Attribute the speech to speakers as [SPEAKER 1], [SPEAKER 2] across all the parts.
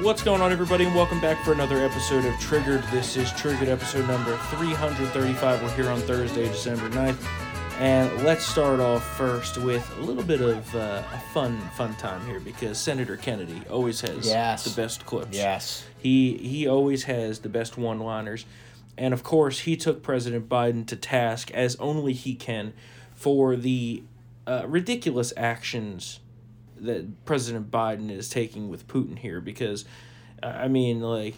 [SPEAKER 1] What's going on, everybody, and welcome back for another episode of Triggered. This is Triggered episode number 335. We're here on Thursday, December 9th. And let's start off first with a little bit of uh, a fun, fun time here because Senator Kennedy always has
[SPEAKER 2] Yes.
[SPEAKER 1] the best clips.
[SPEAKER 2] Yes.
[SPEAKER 1] He he always has the best one-liners. And of course, he took President Biden to task as only he can for the uh, ridiculous actions that President Biden is taking with Putin here because uh, I mean like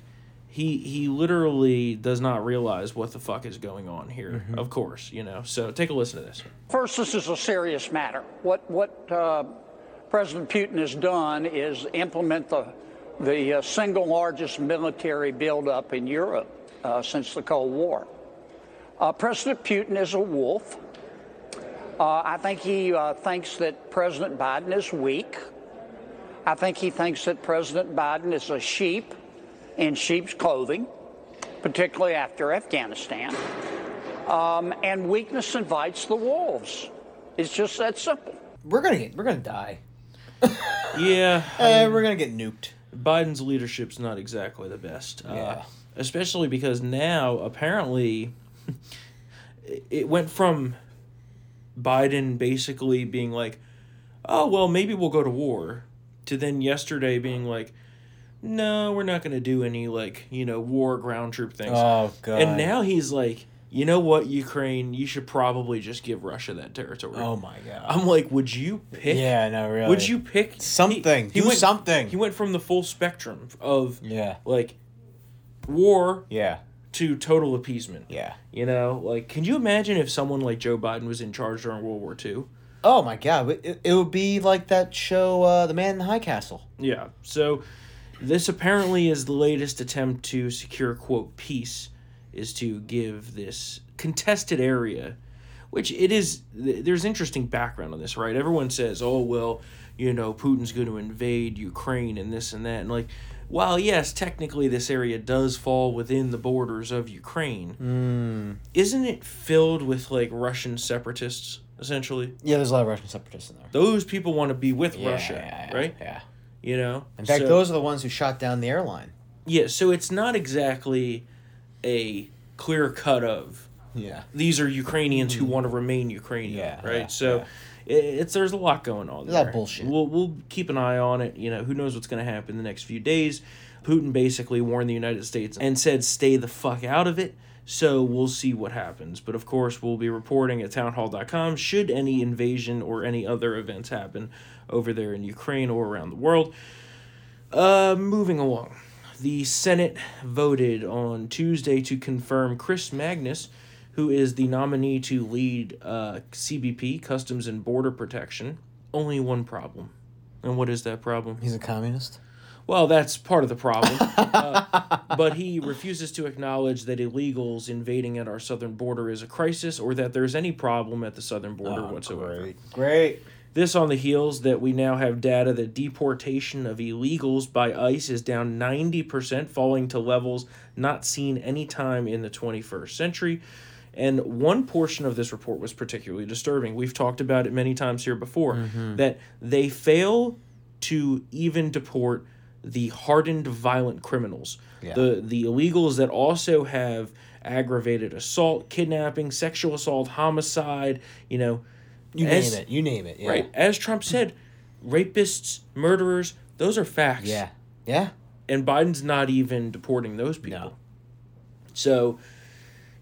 [SPEAKER 1] he he literally does not realize what the fuck is going on here. Of course, you know. So take a listen to this.
[SPEAKER 3] First, this is a serious matter. What what uh, President Putin has done is implement the the uh, single largest military buildup in Europe uh, since the Cold War. Uh, President Putin is a wolf. Uh, I think he uh, thinks that President Biden is weak. I think he thinks that President Biden is a sheep in sheep's clothing, particularly after Afghanistan and weakness invites the wolves. It's just that simple.
[SPEAKER 2] We're gonna get we're gonna die.
[SPEAKER 1] Yeah.
[SPEAKER 2] Eh, we're gonna get nuked.
[SPEAKER 1] Biden's leadership's not exactly the best. Uh,
[SPEAKER 2] Yeah.
[SPEAKER 1] especially because now apparently it- it went from Biden basically being like, "Oh, well, maybe we'll go to war," to then yesterday being like, "No, we're not going to do any like, you know, war ground troop things."
[SPEAKER 2] Oh, God.
[SPEAKER 1] And now he's like, "You know what, Ukraine, you should probably just give Russia that territory."
[SPEAKER 2] Oh my god.
[SPEAKER 1] I'm like, "Would you pick
[SPEAKER 2] Yeah, no, really.
[SPEAKER 1] would you pick he-
[SPEAKER 2] Something. Do
[SPEAKER 1] went,
[SPEAKER 2] something.
[SPEAKER 1] He went from the full spectrum of
[SPEAKER 2] Yeah.
[SPEAKER 1] like war
[SPEAKER 2] Yeah.
[SPEAKER 1] to total appeasement.
[SPEAKER 2] Yeah.
[SPEAKER 1] You know, like, can you imagine if someone like Joe Biden was in charge during World War II?
[SPEAKER 2] Oh my god. It- It, it would be like that show, uh, The Man in the High Castle.
[SPEAKER 1] Yeah. So, this apparently is the latest attempt to secure quote peace, is to give this contested area, which it is. th- There's interesting background on this, right? Everyone says, "Oh well, you know, Putin's going to invade Ukraine and this and that," and like. While yes, technically this area does fall within the borders of Ukraine,
[SPEAKER 2] Hmm.
[SPEAKER 1] isn't it filled with like Russian separatists essentially?
[SPEAKER 2] Yeah, there's a lot of Russian separatists in there.
[SPEAKER 1] Those people want to be with
[SPEAKER 2] Yeah,
[SPEAKER 1] Russia,
[SPEAKER 2] yeah, yeah,
[SPEAKER 1] right?
[SPEAKER 2] Yeah.
[SPEAKER 1] You know.
[SPEAKER 2] In fact,
[SPEAKER 1] So-
[SPEAKER 2] those are the ones who shot down the airline.
[SPEAKER 1] Yeah, so it's not exactly a clear cut of
[SPEAKER 2] Yeah.
[SPEAKER 1] these are Ukrainians who want to remain Ukrainian,
[SPEAKER 2] Mm-hmm. Yeah,
[SPEAKER 1] right?
[SPEAKER 2] yeah,
[SPEAKER 1] so i it's there's a lot going on.
[SPEAKER 2] There's a lot of
[SPEAKER 1] there.
[SPEAKER 2] bullshit.
[SPEAKER 1] We'll we'll keep an eye on it. You know, who knows what's going to happen in the next few days? Putin basically warned the United States and said, "Stay the fuck out of it." So we'll see what happens. But of course, we'll be reporting at townhall.com should any invasion or any other events happen over there in Ukraine or around the world. Uh, moving along. The Senate voted on Tuesday to confirm Chris Magnus, who is the nominee to lead uh, CBP, Customs and Border Protection. Only one problem. And what is that problem?
[SPEAKER 2] He's a communist.
[SPEAKER 1] Well, that's part of the problem. Uh, but he refuses to acknowledge that illegals invading at our southern border is a crisis or that there's any problem at the southern border whatsoever.
[SPEAKER 2] Great.
[SPEAKER 1] This on the heels that we now have data that deportation of illegals by ICE is down 90%, falling to levels not seen any time in the 21st century. And one portion of this report was particularly disturbing. We've talked about it many times here before that they fail to even deport the hardened violent criminals,
[SPEAKER 2] Yeah.
[SPEAKER 1] the, the illegals that also have aggravated assault, kidnapping, sexual assault, homicide, you know.
[SPEAKER 2] You
[SPEAKER 1] as-
[SPEAKER 2] name it. You name it. Yeah.
[SPEAKER 1] Right. As Trump said, rapists, murderers, those are facts.
[SPEAKER 2] Yeah. Yeah.
[SPEAKER 1] And Biden's not even deporting those people. So,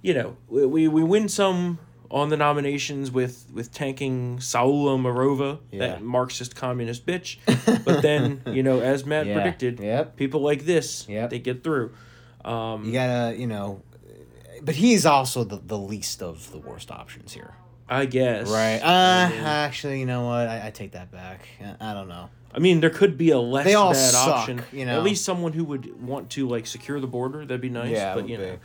[SPEAKER 1] you know, we, we, we win some on the nominations with, with tanking Saula Marova,
[SPEAKER 2] Yeah.
[SPEAKER 1] that Marxist communist bitch. but then, you know, as Matt
[SPEAKER 2] Yeah.
[SPEAKER 1] predicted,
[SPEAKER 2] Yep.
[SPEAKER 1] people like this,
[SPEAKER 2] Yep.
[SPEAKER 1] they get through.
[SPEAKER 2] You gotta, you know. But he's also the, the least of the worst options here.
[SPEAKER 1] I guess.
[SPEAKER 2] Right. Uh, actually, you know what? I, I take that back. I, I don't know.
[SPEAKER 1] I mean, there could be a less
[SPEAKER 2] They all
[SPEAKER 1] bad
[SPEAKER 2] suck,
[SPEAKER 1] option.
[SPEAKER 2] you know?
[SPEAKER 1] At least someone who would want to like secure the border. That'd be nice.
[SPEAKER 2] Yeah, it
[SPEAKER 1] but
[SPEAKER 2] would
[SPEAKER 1] you
[SPEAKER 2] be.
[SPEAKER 1] know.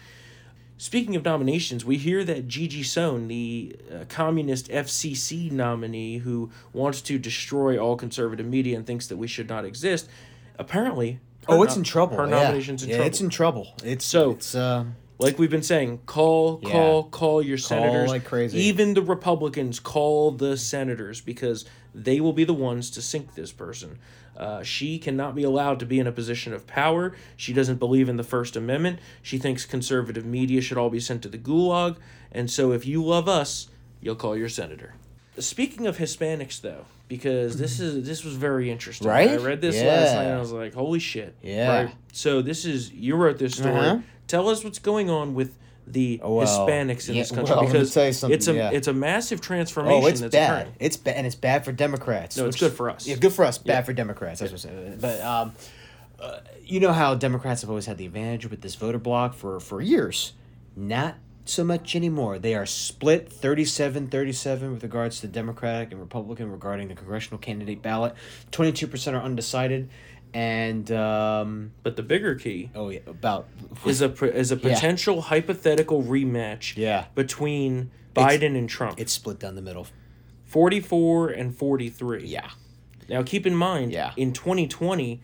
[SPEAKER 1] Speaking of nominations, we hear that Gigi Sohn, the uh, communist FCC nominee who wants to destroy all conservative media and thinks that we should not exist, apparently. her
[SPEAKER 2] Oh, it's
[SPEAKER 1] nom-
[SPEAKER 2] in trouble.
[SPEAKER 1] Her
[SPEAKER 2] yeah.
[SPEAKER 1] nomination's in
[SPEAKER 2] yeah,
[SPEAKER 1] trouble.
[SPEAKER 2] It's in trouble. It's
[SPEAKER 1] So-
[SPEAKER 2] so it's uh,
[SPEAKER 1] like we've been saying, call,
[SPEAKER 2] Yeah.
[SPEAKER 1] call, call your senators.
[SPEAKER 2] like crazy.
[SPEAKER 1] Even the Republicans call the senators because They will be the ones to sink this person. Uh, she cannot be allowed to be in a position of power. She doesn't believe in the First Amendment. She thinks conservative media should all be sent to the gulag. And so, if you love us, you'll call your senator. Speaking of Hispanics, though, because this is this was very interesting. I
[SPEAKER 2] Right?
[SPEAKER 1] read this
[SPEAKER 2] Yeah.
[SPEAKER 1] last night and I was like, "Holy shit!"
[SPEAKER 2] Yeah.
[SPEAKER 1] So this is you wrote this story.
[SPEAKER 2] Uh-huh. Oh,
[SPEAKER 1] Tell us what's going on with the
[SPEAKER 2] Well,
[SPEAKER 1] Hispanics in
[SPEAKER 2] yeah,
[SPEAKER 1] this country
[SPEAKER 2] well, let me
[SPEAKER 1] because
[SPEAKER 2] tell you something,
[SPEAKER 1] it's a
[SPEAKER 2] yeah.
[SPEAKER 1] it's a massive transformation
[SPEAKER 2] Oh, it's
[SPEAKER 1] that's
[SPEAKER 2] bad.
[SPEAKER 1] occurring.
[SPEAKER 2] It's bad, and it's bad for Democrats.
[SPEAKER 1] No, it's
[SPEAKER 2] which-
[SPEAKER 1] good for us.
[SPEAKER 2] Yeah, good for us. Bad for Democrats. That's what I'm saying. But um, uh, you know how Democrats have always had the advantage with this voter block for for years. Not so much anymore. They are split 37-37 with regards to Democratic and Republican regarding the congressional candidate ballot. Twenty two percent are undecided, and um,
[SPEAKER 1] But the bigger key
[SPEAKER 2] oh yeah, about
[SPEAKER 1] is a pr- is a potential hypothetical rematch
[SPEAKER 2] Yeah.
[SPEAKER 1] between
[SPEAKER 2] It's-
[SPEAKER 1] Biden and Trump.
[SPEAKER 2] it's split down the middle.
[SPEAKER 1] 44 and 43.
[SPEAKER 2] Yeah,
[SPEAKER 1] Now keep in mind
[SPEAKER 2] Yeah.
[SPEAKER 1] in 2020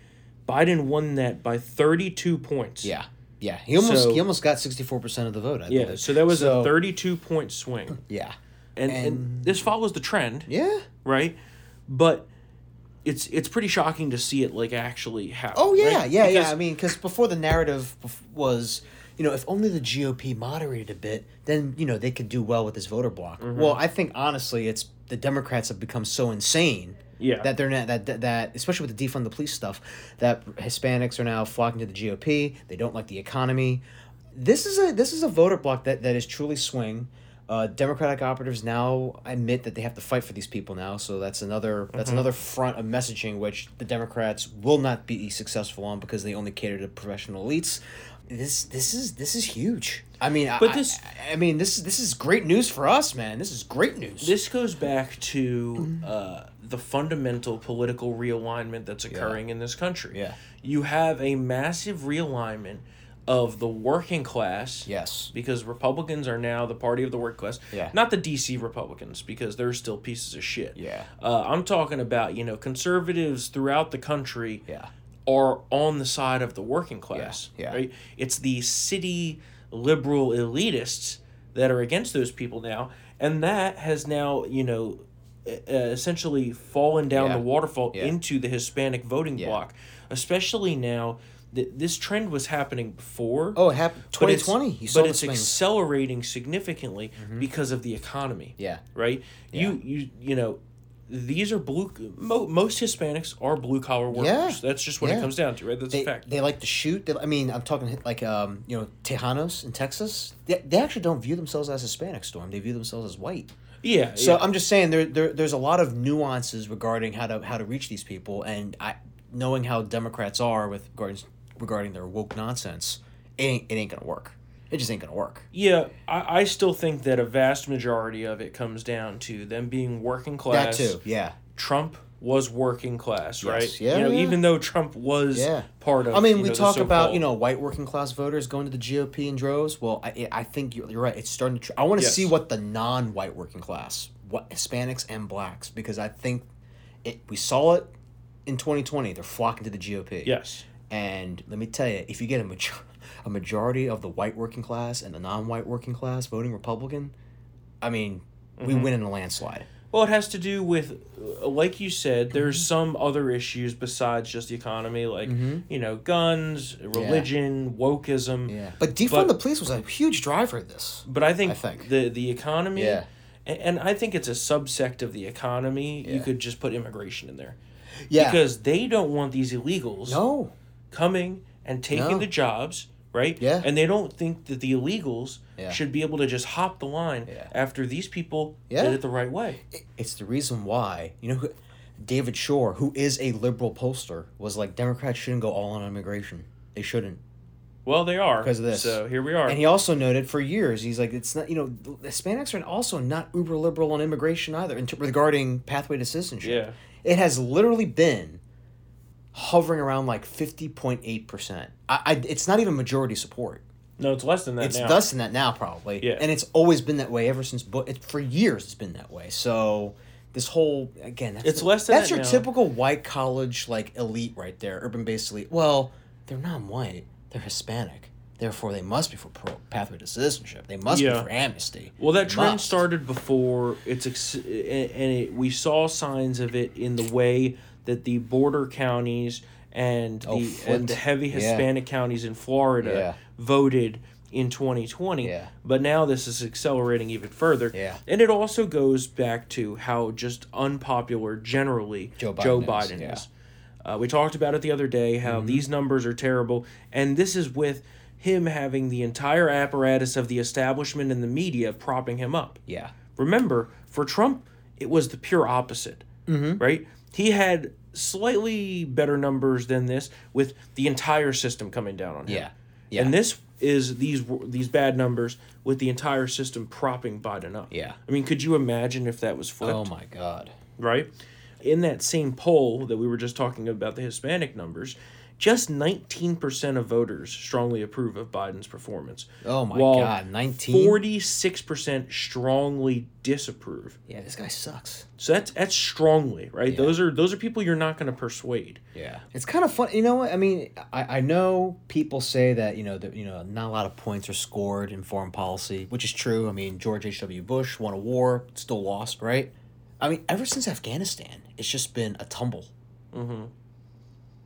[SPEAKER 1] Biden won that by 32 points.
[SPEAKER 2] yeah, yeah. He almost
[SPEAKER 1] So-
[SPEAKER 2] he almost got sixty four percent of the vote. I
[SPEAKER 1] Yeah,
[SPEAKER 2] believe.
[SPEAKER 1] so that was
[SPEAKER 2] So-
[SPEAKER 1] a 32 point swing.
[SPEAKER 2] Yeah.
[SPEAKER 1] And, and this follows the trend,
[SPEAKER 2] Yeah.
[SPEAKER 1] right? But it's it's pretty shocking to see it like actually happen.
[SPEAKER 2] Oh yeah,
[SPEAKER 1] right?
[SPEAKER 2] yeah, yeah.
[SPEAKER 1] Because-
[SPEAKER 2] I mean, because before the narrative bef- was, you know, if only the GOP moderated a bit, then you know they could do well with this voter block.
[SPEAKER 1] Mm-hmm.
[SPEAKER 2] Well, I think honestly, it's the Democrats have become so insane.
[SPEAKER 1] Yeah.
[SPEAKER 2] That they're not that, that that especially with the defund the police stuff, that Hispanics are now flocking to the GOP. They don't like the economy. This is a this is a voter block that, that is truly swing. Uh, Democratic operatives now admit that they have to fight for these people now, so that's another that's
[SPEAKER 1] Mm-hmm.
[SPEAKER 2] another front of messaging which the Democrats will not be successful on because they only cater to professional elites. This this is this is huge. I mean,
[SPEAKER 1] But
[SPEAKER 2] I,
[SPEAKER 1] this-
[SPEAKER 2] I, I mean this this is great news for us, man. This is great news.
[SPEAKER 1] This goes back
[SPEAKER 2] Mm-hmm.
[SPEAKER 1] to uh, the fundamental political realignment that's occurring in this country.
[SPEAKER 2] Yeah.
[SPEAKER 1] You have a massive realignment of the working class.
[SPEAKER 2] yes.
[SPEAKER 1] Because Republicans are now the party of the working class.
[SPEAKER 2] Yeah.
[SPEAKER 1] Not the DC Republicans, because they're still pieces of shit.
[SPEAKER 2] Yeah.
[SPEAKER 1] Uh, I'm talking about, you know, conservatives throughout the country
[SPEAKER 2] Yeah.
[SPEAKER 1] are on the side of the working class.
[SPEAKER 2] yeah.
[SPEAKER 1] Right? It's the city liberal elitists that are against those people now, and that has now you know e- uh, essentially fallen down
[SPEAKER 2] Yeah.
[SPEAKER 1] the waterfall
[SPEAKER 2] Yeah.
[SPEAKER 1] into the Hispanic voting bloc, especially now. Th- this trend was happening before.
[SPEAKER 2] Oh, it happened
[SPEAKER 1] but
[SPEAKER 2] twenty
[SPEAKER 1] it's-
[SPEAKER 2] twenty. You saw
[SPEAKER 1] but
[SPEAKER 2] the
[SPEAKER 1] it's
[SPEAKER 2] swings. Mm-hmm.
[SPEAKER 1] accelerating significantly because of the economy
[SPEAKER 2] yeah.
[SPEAKER 1] right? You you you know, these are blue. Mo, most Hispanics are blue collar workers.
[SPEAKER 2] Yeah.
[SPEAKER 1] That's just what it
[SPEAKER 2] Yeah.
[SPEAKER 1] comes down to, right? That's
[SPEAKER 2] They,
[SPEAKER 1] a fact.
[SPEAKER 2] they like to shoot. They, I mean, I'm talking like um, you know Tejanos in Texas. They, they actually don't view themselves as Hispanic, Storm. They view themselves as white.
[SPEAKER 1] yeah.
[SPEAKER 2] So uh,
[SPEAKER 1] yeah.
[SPEAKER 2] I'm just saying there, there there's a lot of nuances regarding how to how to reach these people, and I knowing how Democrats are with regards regarding their woke nonsense, it ain't, it ain't gonna work. It just ain't gonna work.
[SPEAKER 1] yeah, I, I still think that a vast majority of it comes down to them being working
[SPEAKER 2] That
[SPEAKER 1] class.
[SPEAKER 2] too, yeah.
[SPEAKER 1] Trump was working class, right?
[SPEAKER 2] yeah,
[SPEAKER 1] You know,
[SPEAKER 2] yeah.
[SPEAKER 1] even though Trump was
[SPEAKER 2] Yeah.
[SPEAKER 1] part of.
[SPEAKER 2] I mean,
[SPEAKER 1] you
[SPEAKER 2] we
[SPEAKER 1] know, the
[SPEAKER 2] talk about you
[SPEAKER 1] so-called-
[SPEAKER 2] know white working class voters going to the GOP in droves. Well, I I think you're, you're right. It's starting to. Tr- I want to
[SPEAKER 1] Yes.
[SPEAKER 2] see what the non-white working class, what Hispanics and blacks, because I think it. We saw it in 2020. They're flocking to the GOP.
[SPEAKER 1] Yes.
[SPEAKER 2] And let me tell you, if you get a major- a majority of the white working class and the non-white working class voting Republican, I mean, we
[SPEAKER 1] Mm-hmm.
[SPEAKER 2] win in a landslide.
[SPEAKER 1] Well, it has to do with, uh, like you said, there's
[SPEAKER 2] Mm-hmm.
[SPEAKER 1] some other issues besides just the economy, like you know, guns, religion, wokeism.
[SPEAKER 2] But defund
[SPEAKER 1] But-
[SPEAKER 2] the police was a huge driver of this.
[SPEAKER 1] But I think,
[SPEAKER 2] I think.
[SPEAKER 1] the the economy,
[SPEAKER 2] Yeah.
[SPEAKER 1] a- and, I think it's a subsect of the economy. You
[SPEAKER 2] Yeah.
[SPEAKER 1] could just put immigration in there
[SPEAKER 2] Yeah.
[SPEAKER 1] because they don't want these illegals
[SPEAKER 2] no.
[SPEAKER 1] coming and taking
[SPEAKER 2] No.
[SPEAKER 1] the jobs, right?
[SPEAKER 2] Yeah.
[SPEAKER 1] And they don't think that the illegals
[SPEAKER 2] Yeah.
[SPEAKER 1] should be able to just hop the line
[SPEAKER 2] Yeah.
[SPEAKER 1] after these people
[SPEAKER 2] Yeah.
[SPEAKER 1] did it the right way.
[SPEAKER 2] it's the reason why you know who, David Shore, who is a liberal pollster, was like Democrats shouldn't go all on immigration. They shouldn't.
[SPEAKER 1] Well, they are
[SPEAKER 2] 'Cause of this.
[SPEAKER 1] So here we are.
[SPEAKER 2] And he also noted for years he's like it's not you know Hispanics are also not uber liberal on immigration either in t- regarding pathway to citizenship. Yeah. It has literally been hovering around like 50.8%. I, I it's not even majority support.
[SPEAKER 1] no, it's less than that
[SPEAKER 2] It's
[SPEAKER 1] now.
[SPEAKER 2] less than that now, probably.
[SPEAKER 1] Yeah.
[SPEAKER 2] And it's always been that way ever since. But it, for years, it's been that way. So this whole again, that's
[SPEAKER 1] It's
[SPEAKER 2] the-
[SPEAKER 1] less than
[SPEAKER 2] that's
[SPEAKER 1] that
[SPEAKER 2] your
[SPEAKER 1] now.
[SPEAKER 2] typical white college like elite right there, urban based elite. Well, they're non-white. They're Hispanic. Therefore, they must be for pro- pathway to citizenship. They must
[SPEAKER 1] Yeah.
[SPEAKER 2] be for amnesty.
[SPEAKER 1] Well, that
[SPEAKER 2] They
[SPEAKER 1] trend
[SPEAKER 2] must.
[SPEAKER 1] started before. It's ex- and it, we saw signs of it in the way that the border counties and
[SPEAKER 2] Oh,
[SPEAKER 1] the and
[SPEAKER 2] Flint.
[SPEAKER 1] the heavy
[SPEAKER 2] Yeah.
[SPEAKER 1] Hispanic counties in Florida
[SPEAKER 2] Yeah.
[SPEAKER 1] voted in 2020.
[SPEAKER 2] Yeah.
[SPEAKER 1] But now this is accelerating even further.
[SPEAKER 2] Yeah.
[SPEAKER 1] And it also goes back to how just unpopular generally
[SPEAKER 2] Joe
[SPEAKER 1] Joe
[SPEAKER 2] Biden is,
[SPEAKER 1] Biden
[SPEAKER 2] yeah.
[SPEAKER 1] is. Uh, we talked about it the other day how
[SPEAKER 2] Mm-hmm.
[SPEAKER 1] these numbers are terrible, and this is with him having the entire apparatus of the establishment and the media propping him up.
[SPEAKER 2] Yeah.
[SPEAKER 1] Remember, for Trump, it was the pure opposite, mm-hmm. right? He had slightly better numbers than this with the entire system coming down on him.
[SPEAKER 2] Yeah. Yeah.
[SPEAKER 1] And this is these w- these bad numbers with the entire system propping Biden up.
[SPEAKER 2] Yeah.
[SPEAKER 1] I mean, could you imagine if that was flipped?
[SPEAKER 2] Oh my God.
[SPEAKER 1] right? In that same poll that we were just talking about, the Hispanic numbers, just 19% of voters strongly approve of Biden's performance.
[SPEAKER 2] Oh my
[SPEAKER 1] while
[SPEAKER 2] God, 19?
[SPEAKER 1] 46% strongly disapprove.
[SPEAKER 2] Yeah, this guy sucks.
[SPEAKER 1] So that's that's strongly, right? Those are those are people you're not going to persuade.
[SPEAKER 2] Yeah, it's kind of fun. You know what? I mean, I, I know people say that you know that you know not a lot of points are scored in foreign policy, which is true. I mean, George H. W. Bush won a war, still lost, right? I mean, ever since Afghanistan, it's just been a tumble. Mm-hmm.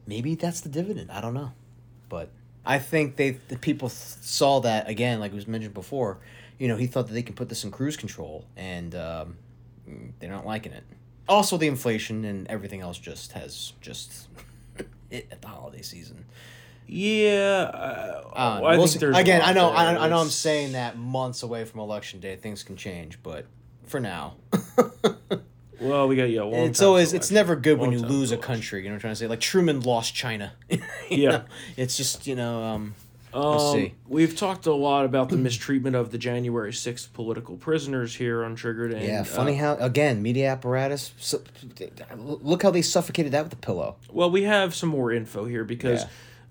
[SPEAKER 2] Maybe that's the dividend. I don't know, but I think they the people th- saw that again, like was mentioned before. You know, he thought that they can put this in cruise control, and um, they're not liking it. Also, the inflation and everything else just has just it at the holiday season.
[SPEAKER 1] Yeah, uh,
[SPEAKER 2] I don't
[SPEAKER 1] well, I
[SPEAKER 2] know. We'll
[SPEAKER 1] think
[SPEAKER 2] see.
[SPEAKER 1] there's a
[SPEAKER 2] again.
[SPEAKER 1] lot
[SPEAKER 2] I know. I,
[SPEAKER 1] there.
[SPEAKER 2] I know. I'm
[SPEAKER 1] It's-
[SPEAKER 2] saying that months away from election day, things can change. But for now,
[SPEAKER 1] Well, we got yeah. Long
[SPEAKER 2] it's
[SPEAKER 1] time
[SPEAKER 2] always
[SPEAKER 1] till
[SPEAKER 2] it's
[SPEAKER 1] election.
[SPEAKER 2] never good when
[SPEAKER 1] Long
[SPEAKER 2] you
[SPEAKER 1] time
[SPEAKER 2] lose
[SPEAKER 1] till
[SPEAKER 2] a
[SPEAKER 1] election.
[SPEAKER 2] country. You know what I'm trying to say? Like Truman lost China. You
[SPEAKER 1] Yeah.
[SPEAKER 2] know? it's just you know. Um,
[SPEAKER 1] Um,
[SPEAKER 2] see.
[SPEAKER 1] We've talked a lot about the mistreatment of the January 6th political prisoners here on Triggered. And,
[SPEAKER 2] yeah.
[SPEAKER 1] uh,
[SPEAKER 2] Funny how again media apparatus. su- look how they suffocated that with a pillow.
[SPEAKER 1] well, we have some more info here because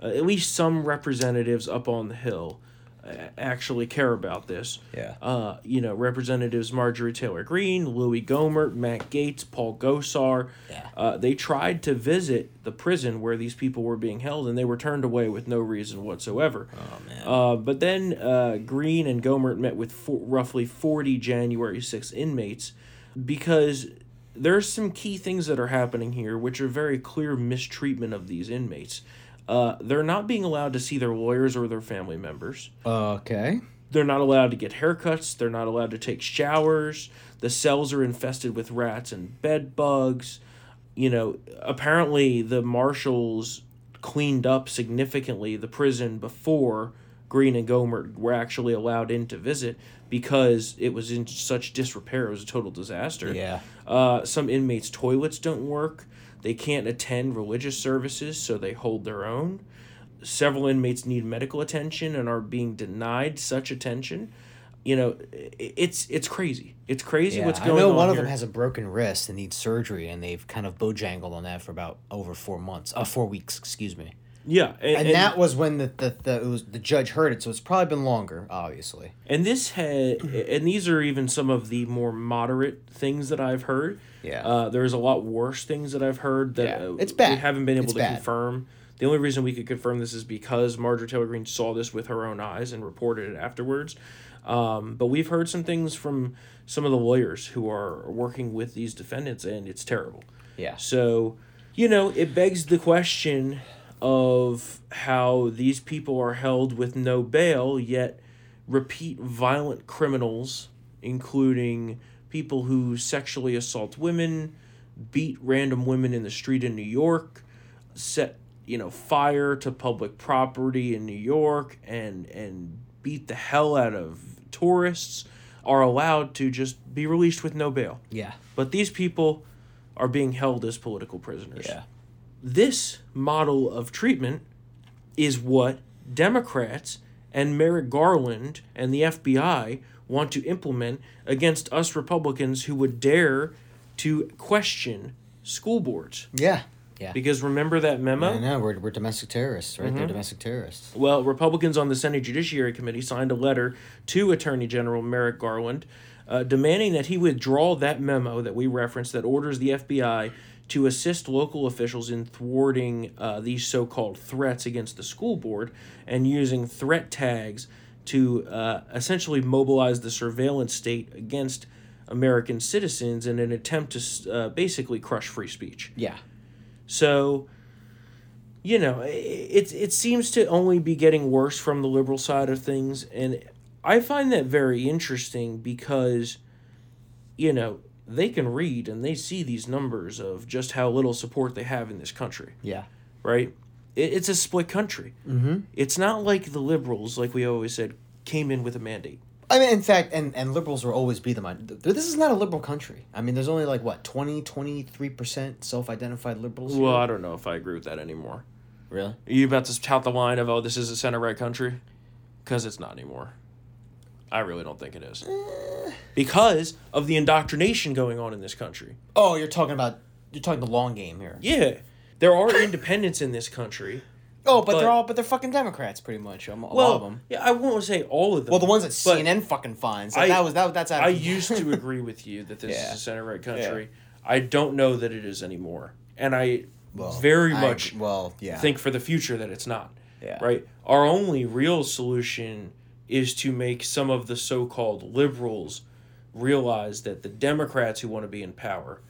[SPEAKER 1] uh, at least some representatives up on the Hill uh, actually care about this.
[SPEAKER 2] Yeah.
[SPEAKER 1] Uh, you know, Representatives Marjorie Taylor Greene, Louis Gohmert, Matt Gates, Paul Gosar.
[SPEAKER 2] Yeah.
[SPEAKER 1] Uh, they tried to visit the prison where these people were being held, and they were turned away with no reason whatsoever. Oh man. Uh, but then uh, Green and Gomert met with fo- roughly forty January six inmates, because there's some key things that are happening here, which are very clear mistreatment of these inmates. Uh, they're not being allowed to see their lawyers or their family members
[SPEAKER 2] Okay.
[SPEAKER 1] they're not allowed to get haircuts they're not allowed to take showers the cells are infested with rats and bed bugs you know apparently the marshals cleaned up significantly the prison before green and gomert were actually allowed in to visit because it was in such disrepair it was a total disaster
[SPEAKER 2] Yeah.
[SPEAKER 1] uh, some inmates toilets don't work they can't attend religious services so they hold their own several inmates need medical attention and are being denied such attention. You know, i- it's it's crazy. It's crazy
[SPEAKER 2] Yeah,
[SPEAKER 1] what's going on.
[SPEAKER 2] I know one of them
[SPEAKER 1] here.
[SPEAKER 2] has a broken wrist and needs surgery, and they've kind of bojangled on that for about over four months, uh, four weeks, excuse me.
[SPEAKER 1] Yeah, and,
[SPEAKER 2] And,
[SPEAKER 1] and-
[SPEAKER 2] that was when the the, the, it was, the judge heard it, so it's probably been longer, obviously.
[SPEAKER 1] And this had, and these are even some of the more moderate things that I've heard.
[SPEAKER 2] Yeah.
[SPEAKER 1] Uh, there's a lot worse things that I've heard that
[SPEAKER 2] Yeah.
[SPEAKER 1] uh,
[SPEAKER 2] It's bad.
[SPEAKER 1] we haven't been able
[SPEAKER 2] It's
[SPEAKER 1] to
[SPEAKER 2] bad.
[SPEAKER 1] confirm. The only reason we could confirm this is because Marjorie Taylor Greene saw this with her own eyes and reported it afterwards. Um, but we've heard some things from some of the lawyers who are working with these defendants, and it's terrible.
[SPEAKER 2] Yeah.
[SPEAKER 1] So, you know, it begs the question of how these people are held with no bail, yet repeat violent criminals, including people who sexually assault women, beat random women in the street in New York, set, you know, fire to public property in New York and and beat the hell out of tourists are allowed to just be released with no bail.
[SPEAKER 2] Yeah.
[SPEAKER 1] But these people are being held as political prisoners.
[SPEAKER 2] Yeah.
[SPEAKER 1] This model of treatment is what Democrats and Merrick Garland and the FBI want to implement against us Republicans who would dare to question school boards.
[SPEAKER 2] Yeah. Yeah. Mm-hmm.
[SPEAKER 1] Because remember that
[SPEAKER 2] I
[SPEAKER 1] memo?
[SPEAKER 2] know, we're, we're domestic terrorists, right? They're domestic terrorists.
[SPEAKER 1] Well, Republicans on the Senate Judiciary Committee signed a letter to Attorney General Merrick Garland uh, demanding that he withdraw that memo that we referenced that orders the FBI to assist local officials in thwarting uh, these so called threats against the school board and using threat tags to uh, essentially mobilize the surveillance state against American citizens in an attempt to uh, basically crush free speech.
[SPEAKER 2] Yeah.
[SPEAKER 1] So, you know, i- it it seems to only be getting worse from the liberal side of things, and I find that very interesting because, you know, they can read and they see these numbers of just how little support they have in this country,
[SPEAKER 2] Yeah.
[SPEAKER 1] right? It, it's a split country. Mm-hmm. It's not like the liberals, like we always said, came in with a mandate.
[SPEAKER 2] I mean, in fact, and, and liberals will always be the mind. th- This is not a liberal country. I mean, there's only like, what, 20, 23% self identified liberals?
[SPEAKER 1] Well, I don't know if I agree with that anymore.
[SPEAKER 2] really?
[SPEAKER 1] Are you about to tout the line of "Oh, this is a center-right country," because it's not anymore. I really don't think it is,
[SPEAKER 2] Eh.
[SPEAKER 1] because of the indoctrination going on in this country.
[SPEAKER 2] Oh, you're talking about, you're talking the long game here.
[SPEAKER 1] Yeah, there are independents in this country.
[SPEAKER 2] Oh, but,
[SPEAKER 1] But-
[SPEAKER 2] they're all, but they're fucking Democrats, pretty much. um, A lot of
[SPEAKER 1] Well,
[SPEAKER 2] them.
[SPEAKER 1] yeah, I won't say all of them.
[SPEAKER 2] Well, the ones that
[SPEAKER 1] but
[SPEAKER 2] CNN fucking finds.
[SPEAKER 1] I-
[SPEAKER 2] Like, that was, that, that's out
[SPEAKER 1] I
[SPEAKER 2] of
[SPEAKER 1] used to agree with you that this
[SPEAKER 2] Yeah.
[SPEAKER 1] is a center-right country. I don't know that it is anymore, and I very
[SPEAKER 2] I-
[SPEAKER 1] much
[SPEAKER 2] well, yeah.
[SPEAKER 1] think for the future that it's not.
[SPEAKER 2] Yeah.
[SPEAKER 1] Right? Our only real solution is to make some of the so called liberals realize that the Democrats who want to be in power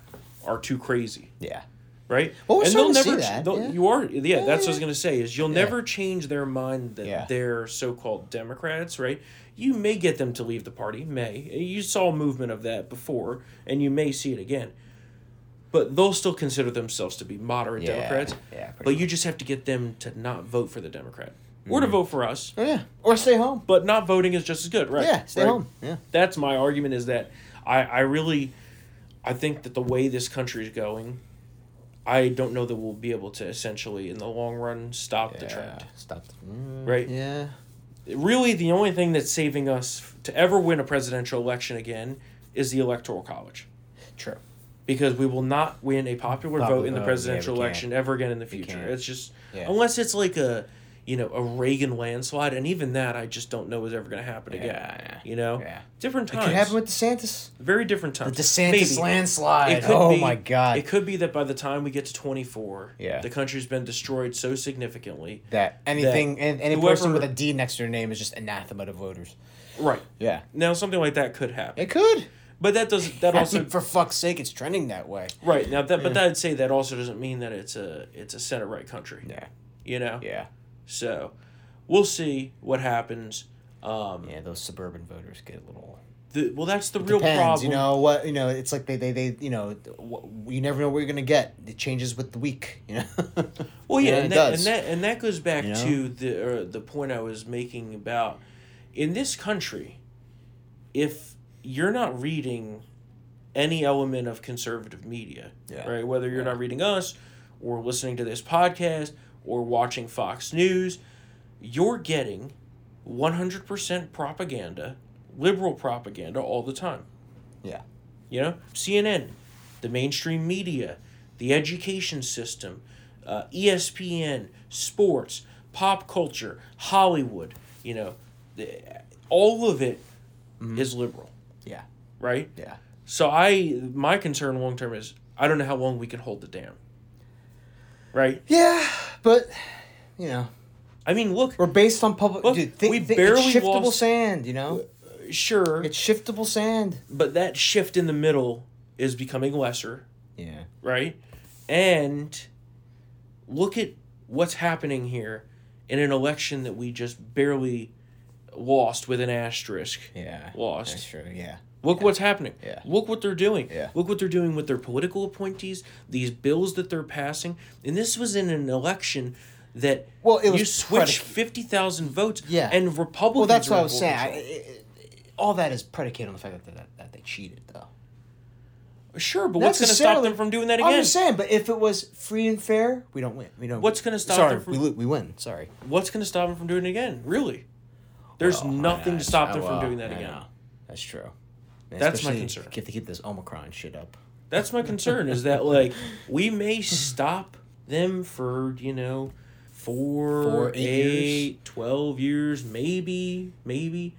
[SPEAKER 1] are too crazy.
[SPEAKER 2] Yeah.
[SPEAKER 1] Right?
[SPEAKER 2] Well, we're
[SPEAKER 1] and they'll
[SPEAKER 2] starting to
[SPEAKER 1] never
[SPEAKER 2] see that,
[SPEAKER 1] they'll-
[SPEAKER 2] yeah.
[SPEAKER 1] you are yeah, that's what I was gonna say is you'll never change their mind that
[SPEAKER 2] Yeah.
[SPEAKER 1] they're so called Democrats, right? You may get them to leave the party, may. You saw a movement of that before, and you may see it again. But they'll still consider themselves to be moderate
[SPEAKER 2] Yeah,
[SPEAKER 1] Democrats.
[SPEAKER 2] yeah, pretty
[SPEAKER 1] but you just have to get them to not vote for the Democrat. Or to vote for us.
[SPEAKER 2] Oh, yeah. Or stay home.
[SPEAKER 1] But not voting is just as good, right?
[SPEAKER 2] Yeah, stay
[SPEAKER 1] Right?
[SPEAKER 2] home. Yeah.
[SPEAKER 1] That's my argument is that I, I really I think that the way this country is going, I don't know that we'll be able to essentially in the long run stop the trend.
[SPEAKER 2] Stop. Mm,
[SPEAKER 1] Right?
[SPEAKER 2] Yeah.
[SPEAKER 1] Really the only thing that's saving us f- to ever win a presidential election again is the electoral college.
[SPEAKER 2] True.
[SPEAKER 1] because we will not win a popular
[SPEAKER 2] Popular
[SPEAKER 1] vote in the
[SPEAKER 2] vote,
[SPEAKER 1] presidential
[SPEAKER 2] yeah, we
[SPEAKER 1] election ever again in the future.
[SPEAKER 2] can't.
[SPEAKER 1] It's just
[SPEAKER 2] Yeah.
[SPEAKER 1] unless it's like a you know a Reagan landslide, and even that I just don't know is ever going to happen again.
[SPEAKER 2] yeah.
[SPEAKER 1] You know,
[SPEAKER 2] Yeah.
[SPEAKER 1] different
[SPEAKER 2] It could
[SPEAKER 1] times,
[SPEAKER 2] happen with DeSantis.
[SPEAKER 1] very different times.
[SPEAKER 2] The DeSantis
[SPEAKER 1] Maybe.
[SPEAKER 2] landslide.
[SPEAKER 1] It could
[SPEAKER 2] oh
[SPEAKER 1] be,
[SPEAKER 2] my god.
[SPEAKER 1] It could be that by the time we get to twenty four,
[SPEAKER 2] Yeah.
[SPEAKER 1] the country's been destroyed so significantly
[SPEAKER 2] that anything
[SPEAKER 1] that
[SPEAKER 2] and any person
[SPEAKER 1] whoever-
[SPEAKER 2] with a D next to their name is just anathema to voters.
[SPEAKER 1] Right
[SPEAKER 2] Yeah.
[SPEAKER 1] now, something like that could happen,
[SPEAKER 2] It could.
[SPEAKER 1] but that doesn't. That
[SPEAKER 2] I
[SPEAKER 1] also
[SPEAKER 2] mean, for fuck's sake, it's trending that way.
[SPEAKER 1] right now. That but I'd say that also doesn't mean that it's a it's a center right country.
[SPEAKER 2] Yeah.
[SPEAKER 1] You know.
[SPEAKER 2] Yeah.
[SPEAKER 1] So we'll see what happens. Um,
[SPEAKER 2] Yeah, those suburban voters get a little
[SPEAKER 1] the, well, that's the real
[SPEAKER 2] depends,
[SPEAKER 1] problem.
[SPEAKER 2] you know what you know. It's like they they, they you know wh- you never know what you're gonna get. It changes with the week, you know.
[SPEAKER 1] well, yeah,
[SPEAKER 2] Yeah,
[SPEAKER 1] and,
[SPEAKER 2] it
[SPEAKER 1] that, and
[SPEAKER 2] does.
[SPEAKER 1] that and that goes back
[SPEAKER 2] You know?
[SPEAKER 1] to the uh, the point I was making about in this country, if you're not reading any element of conservative media,
[SPEAKER 2] Yeah.
[SPEAKER 1] right? Whether you're not reading us, or listening to this podcast, or watching Fox News, you're getting one hundred percent propaganda, liberal propaganda all the time.
[SPEAKER 2] yeah.
[SPEAKER 1] You know, CNN, the mainstream media, the education system, uh, ESPN, sports, pop culture, Hollywood, you know, the, all of it is liberal,
[SPEAKER 2] Yeah.
[SPEAKER 1] right?
[SPEAKER 2] Yeah.
[SPEAKER 1] So I my concern long term is I don't know how long we can hold the dam. Right?
[SPEAKER 2] Yeah, but you know
[SPEAKER 1] I mean, look,
[SPEAKER 2] we're based on public.
[SPEAKER 1] Look,
[SPEAKER 2] dude, thi-
[SPEAKER 1] we
[SPEAKER 2] thi- it's
[SPEAKER 1] barely
[SPEAKER 2] shiftable
[SPEAKER 1] lost-
[SPEAKER 2] sand. You know,
[SPEAKER 1] sure,
[SPEAKER 2] it's shiftable sand.
[SPEAKER 1] but that shift in the middle is becoming lesser
[SPEAKER 2] Yeah.
[SPEAKER 1] right? And look at what's happening here in an election that we just barely lost with an asterisk.
[SPEAKER 2] Yeah.
[SPEAKER 1] Lost.
[SPEAKER 2] That's true. Yeah.
[SPEAKER 1] Look what's happening.
[SPEAKER 2] Yeah.
[SPEAKER 1] Look what they're doing.
[SPEAKER 2] Yeah.
[SPEAKER 1] Look what they're doing with their political appointees, these bills that they're passing. And this was in an election that
[SPEAKER 2] Well, it was
[SPEAKER 1] you switched
[SPEAKER 2] predicated-
[SPEAKER 1] 50,000 votes
[SPEAKER 2] Yeah.
[SPEAKER 1] and Republicans
[SPEAKER 2] Well, that's
[SPEAKER 1] were
[SPEAKER 2] what I
[SPEAKER 1] in
[SPEAKER 2] was
[SPEAKER 1] full
[SPEAKER 2] saying. I,
[SPEAKER 1] control.
[SPEAKER 2] I- I- all that is predicated on the fact that, that, that they cheated, though.
[SPEAKER 1] Sure, but what's going to stop
[SPEAKER 2] Necessarily-
[SPEAKER 1] them from doing that
[SPEAKER 2] I'm
[SPEAKER 1] again?
[SPEAKER 2] just saying, but if it was free and fair, we don't win. We don't.
[SPEAKER 1] What's gonna stop
[SPEAKER 2] Sorry,
[SPEAKER 1] them from-
[SPEAKER 2] we lo- we win. Sorry.
[SPEAKER 1] What's going to stop them from doing it again? Really? There's
[SPEAKER 2] Well,
[SPEAKER 1] nothing
[SPEAKER 2] I-
[SPEAKER 1] to stop
[SPEAKER 2] I-
[SPEAKER 1] them
[SPEAKER 2] Oh, well,
[SPEAKER 1] from doing that
[SPEAKER 2] I
[SPEAKER 1] again.
[SPEAKER 2] know. That's true. And
[SPEAKER 1] That's my
[SPEAKER 2] especially
[SPEAKER 1] concern.
[SPEAKER 2] If they keep this Omicron shit up.
[SPEAKER 1] That's my concern is that like we may stop them for, you know, four,
[SPEAKER 2] Four,
[SPEAKER 1] eight, twelve
[SPEAKER 2] eight years.
[SPEAKER 1] years. maybe, maybe,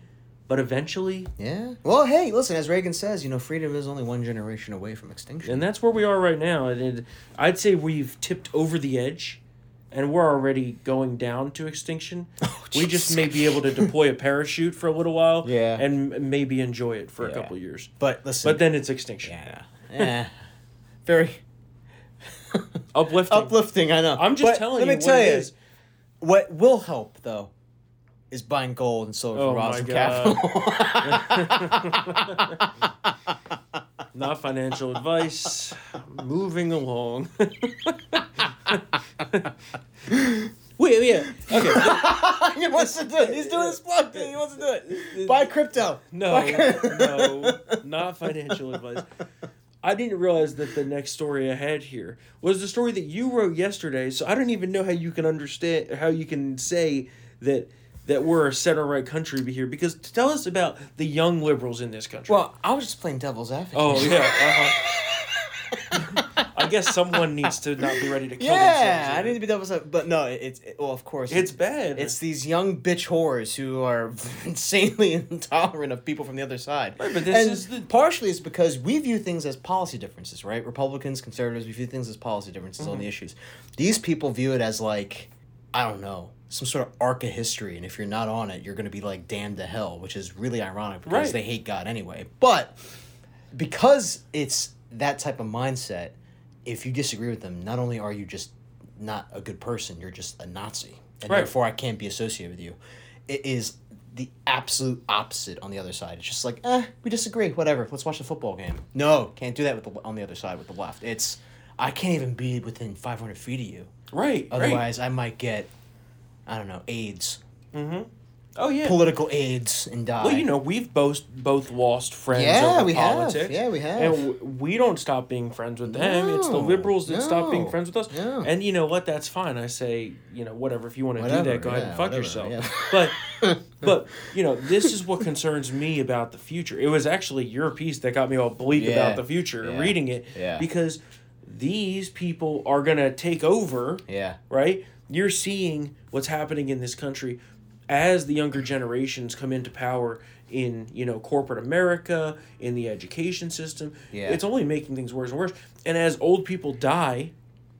[SPEAKER 1] But eventually,
[SPEAKER 2] Yeah. Well, hey, listen, as Reagan says, you know, freedom is only one generation away from extinction.
[SPEAKER 1] and that's where we are right now. And it, I'd say we've tipped over the edge, and we're already going down to extinction.
[SPEAKER 2] Oh,
[SPEAKER 1] we just
[SPEAKER 2] jeez.
[SPEAKER 1] may be able to deploy a parachute for a little while,
[SPEAKER 2] Yeah.
[SPEAKER 1] and m- maybe enjoy it for a
[SPEAKER 2] Yeah.
[SPEAKER 1] couple years.
[SPEAKER 2] But listen.
[SPEAKER 1] But then it's extinction.
[SPEAKER 2] yeah. Yeah. Very
[SPEAKER 1] Uplifting.
[SPEAKER 2] uplifting, I know.
[SPEAKER 1] I'm just
[SPEAKER 2] But
[SPEAKER 1] telling
[SPEAKER 2] let
[SPEAKER 1] you
[SPEAKER 2] me
[SPEAKER 1] what
[SPEAKER 2] tell
[SPEAKER 1] it
[SPEAKER 2] you,
[SPEAKER 1] is.
[SPEAKER 2] What will help though is buying gold and silver
[SPEAKER 1] Oh
[SPEAKER 2] from
[SPEAKER 1] my
[SPEAKER 2] Roswell
[SPEAKER 1] God.
[SPEAKER 2] Capital.
[SPEAKER 1] Not financial advice. Moving along. Wait, yeah. Okay.
[SPEAKER 2] he wants to do it. He's doing his plug thing. He wants to do it. Buy crypto.
[SPEAKER 1] No, no, not financial advice. I didn't realize that the next story I had here was the story that you wrote yesterday. So I don't even know how you can understand how you can say that that we're a center right country here because tell us about the young liberals in this country.
[SPEAKER 2] Well, I was just playing devil's advocate.
[SPEAKER 1] oh yeah. Uh-huh. I guess someone needs to not be ready to kill themselves.
[SPEAKER 2] yeah,
[SPEAKER 1] over
[SPEAKER 2] I need
[SPEAKER 1] it.
[SPEAKER 2] to be devil's advocate. But no, it- it's it, well, of course,
[SPEAKER 1] It's bad.
[SPEAKER 2] It's these young bitch whores who are insanely intolerant of people from the other side.
[SPEAKER 1] Right, but this
[SPEAKER 2] and
[SPEAKER 1] is the-
[SPEAKER 2] partially it's because we view things as policy differences, right? Republicans, conservatives, we view things as policy differences
[SPEAKER 1] Mm-hmm.
[SPEAKER 2] on the issues. These people view it as like, I don't know, some sort of arc of history, and if you're not on it, you're going to be like damned to hell, which is really ironic because
[SPEAKER 1] Right.
[SPEAKER 2] they hate God anyway. But because it's that type of mindset, if you disagree with them, not only are you just not a good person, you're just a Nazi, and
[SPEAKER 1] Right.
[SPEAKER 2] therefore I can't be associated with you. It is the absolute opposite on the other side. It's just like, eh, we disagree, whatever. Let's watch the football game. No, can't do that with the, on the other side with the left. It's I can't even be within five hundred feet of you.
[SPEAKER 1] right. Right.
[SPEAKER 2] Otherwise, I might get, I don't know, AIDS,
[SPEAKER 1] Oh yeah.
[SPEAKER 2] political AIDS, and die.
[SPEAKER 1] Well, you know, we've both both lost friends
[SPEAKER 2] Yeah,
[SPEAKER 1] over
[SPEAKER 2] we have.
[SPEAKER 1] politics.
[SPEAKER 2] Yeah, we have.
[SPEAKER 1] And w- we don't stop being friends with them. it's the
[SPEAKER 2] No,
[SPEAKER 1] liberals that stop being
[SPEAKER 2] no,
[SPEAKER 1] friends with us.
[SPEAKER 2] no.
[SPEAKER 1] And you know what? That's fine. I say, you know, whatever. If you want to do
[SPEAKER 2] Whatever,
[SPEAKER 1] that, go ahead and
[SPEAKER 2] yeah,
[SPEAKER 1] fuck
[SPEAKER 2] whatever,
[SPEAKER 1] yourself.
[SPEAKER 2] yeah.
[SPEAKER 1] But but you know, this is what concerns me about the future. It was actually your piece that got me all bleak
[SPEAKER 2] Yeah,
[SPEAKER 1] about the future.
[SPEAKER 2] yeah,
[SPEAKER 1] Reading it,
[SPEAKER 2] yeah.
[SPEAKER 1] because these people are gonna take over
[SPEAKER 2] Yeah.
[SPEAKER 1] right? You're seeing what's happening in this country as the younger generations come into power in, you know, corporate America, in the education system.
[SPEAKER 2] Yeah.
[SPEAKER 1] It's only making things worse and worse. And as old people die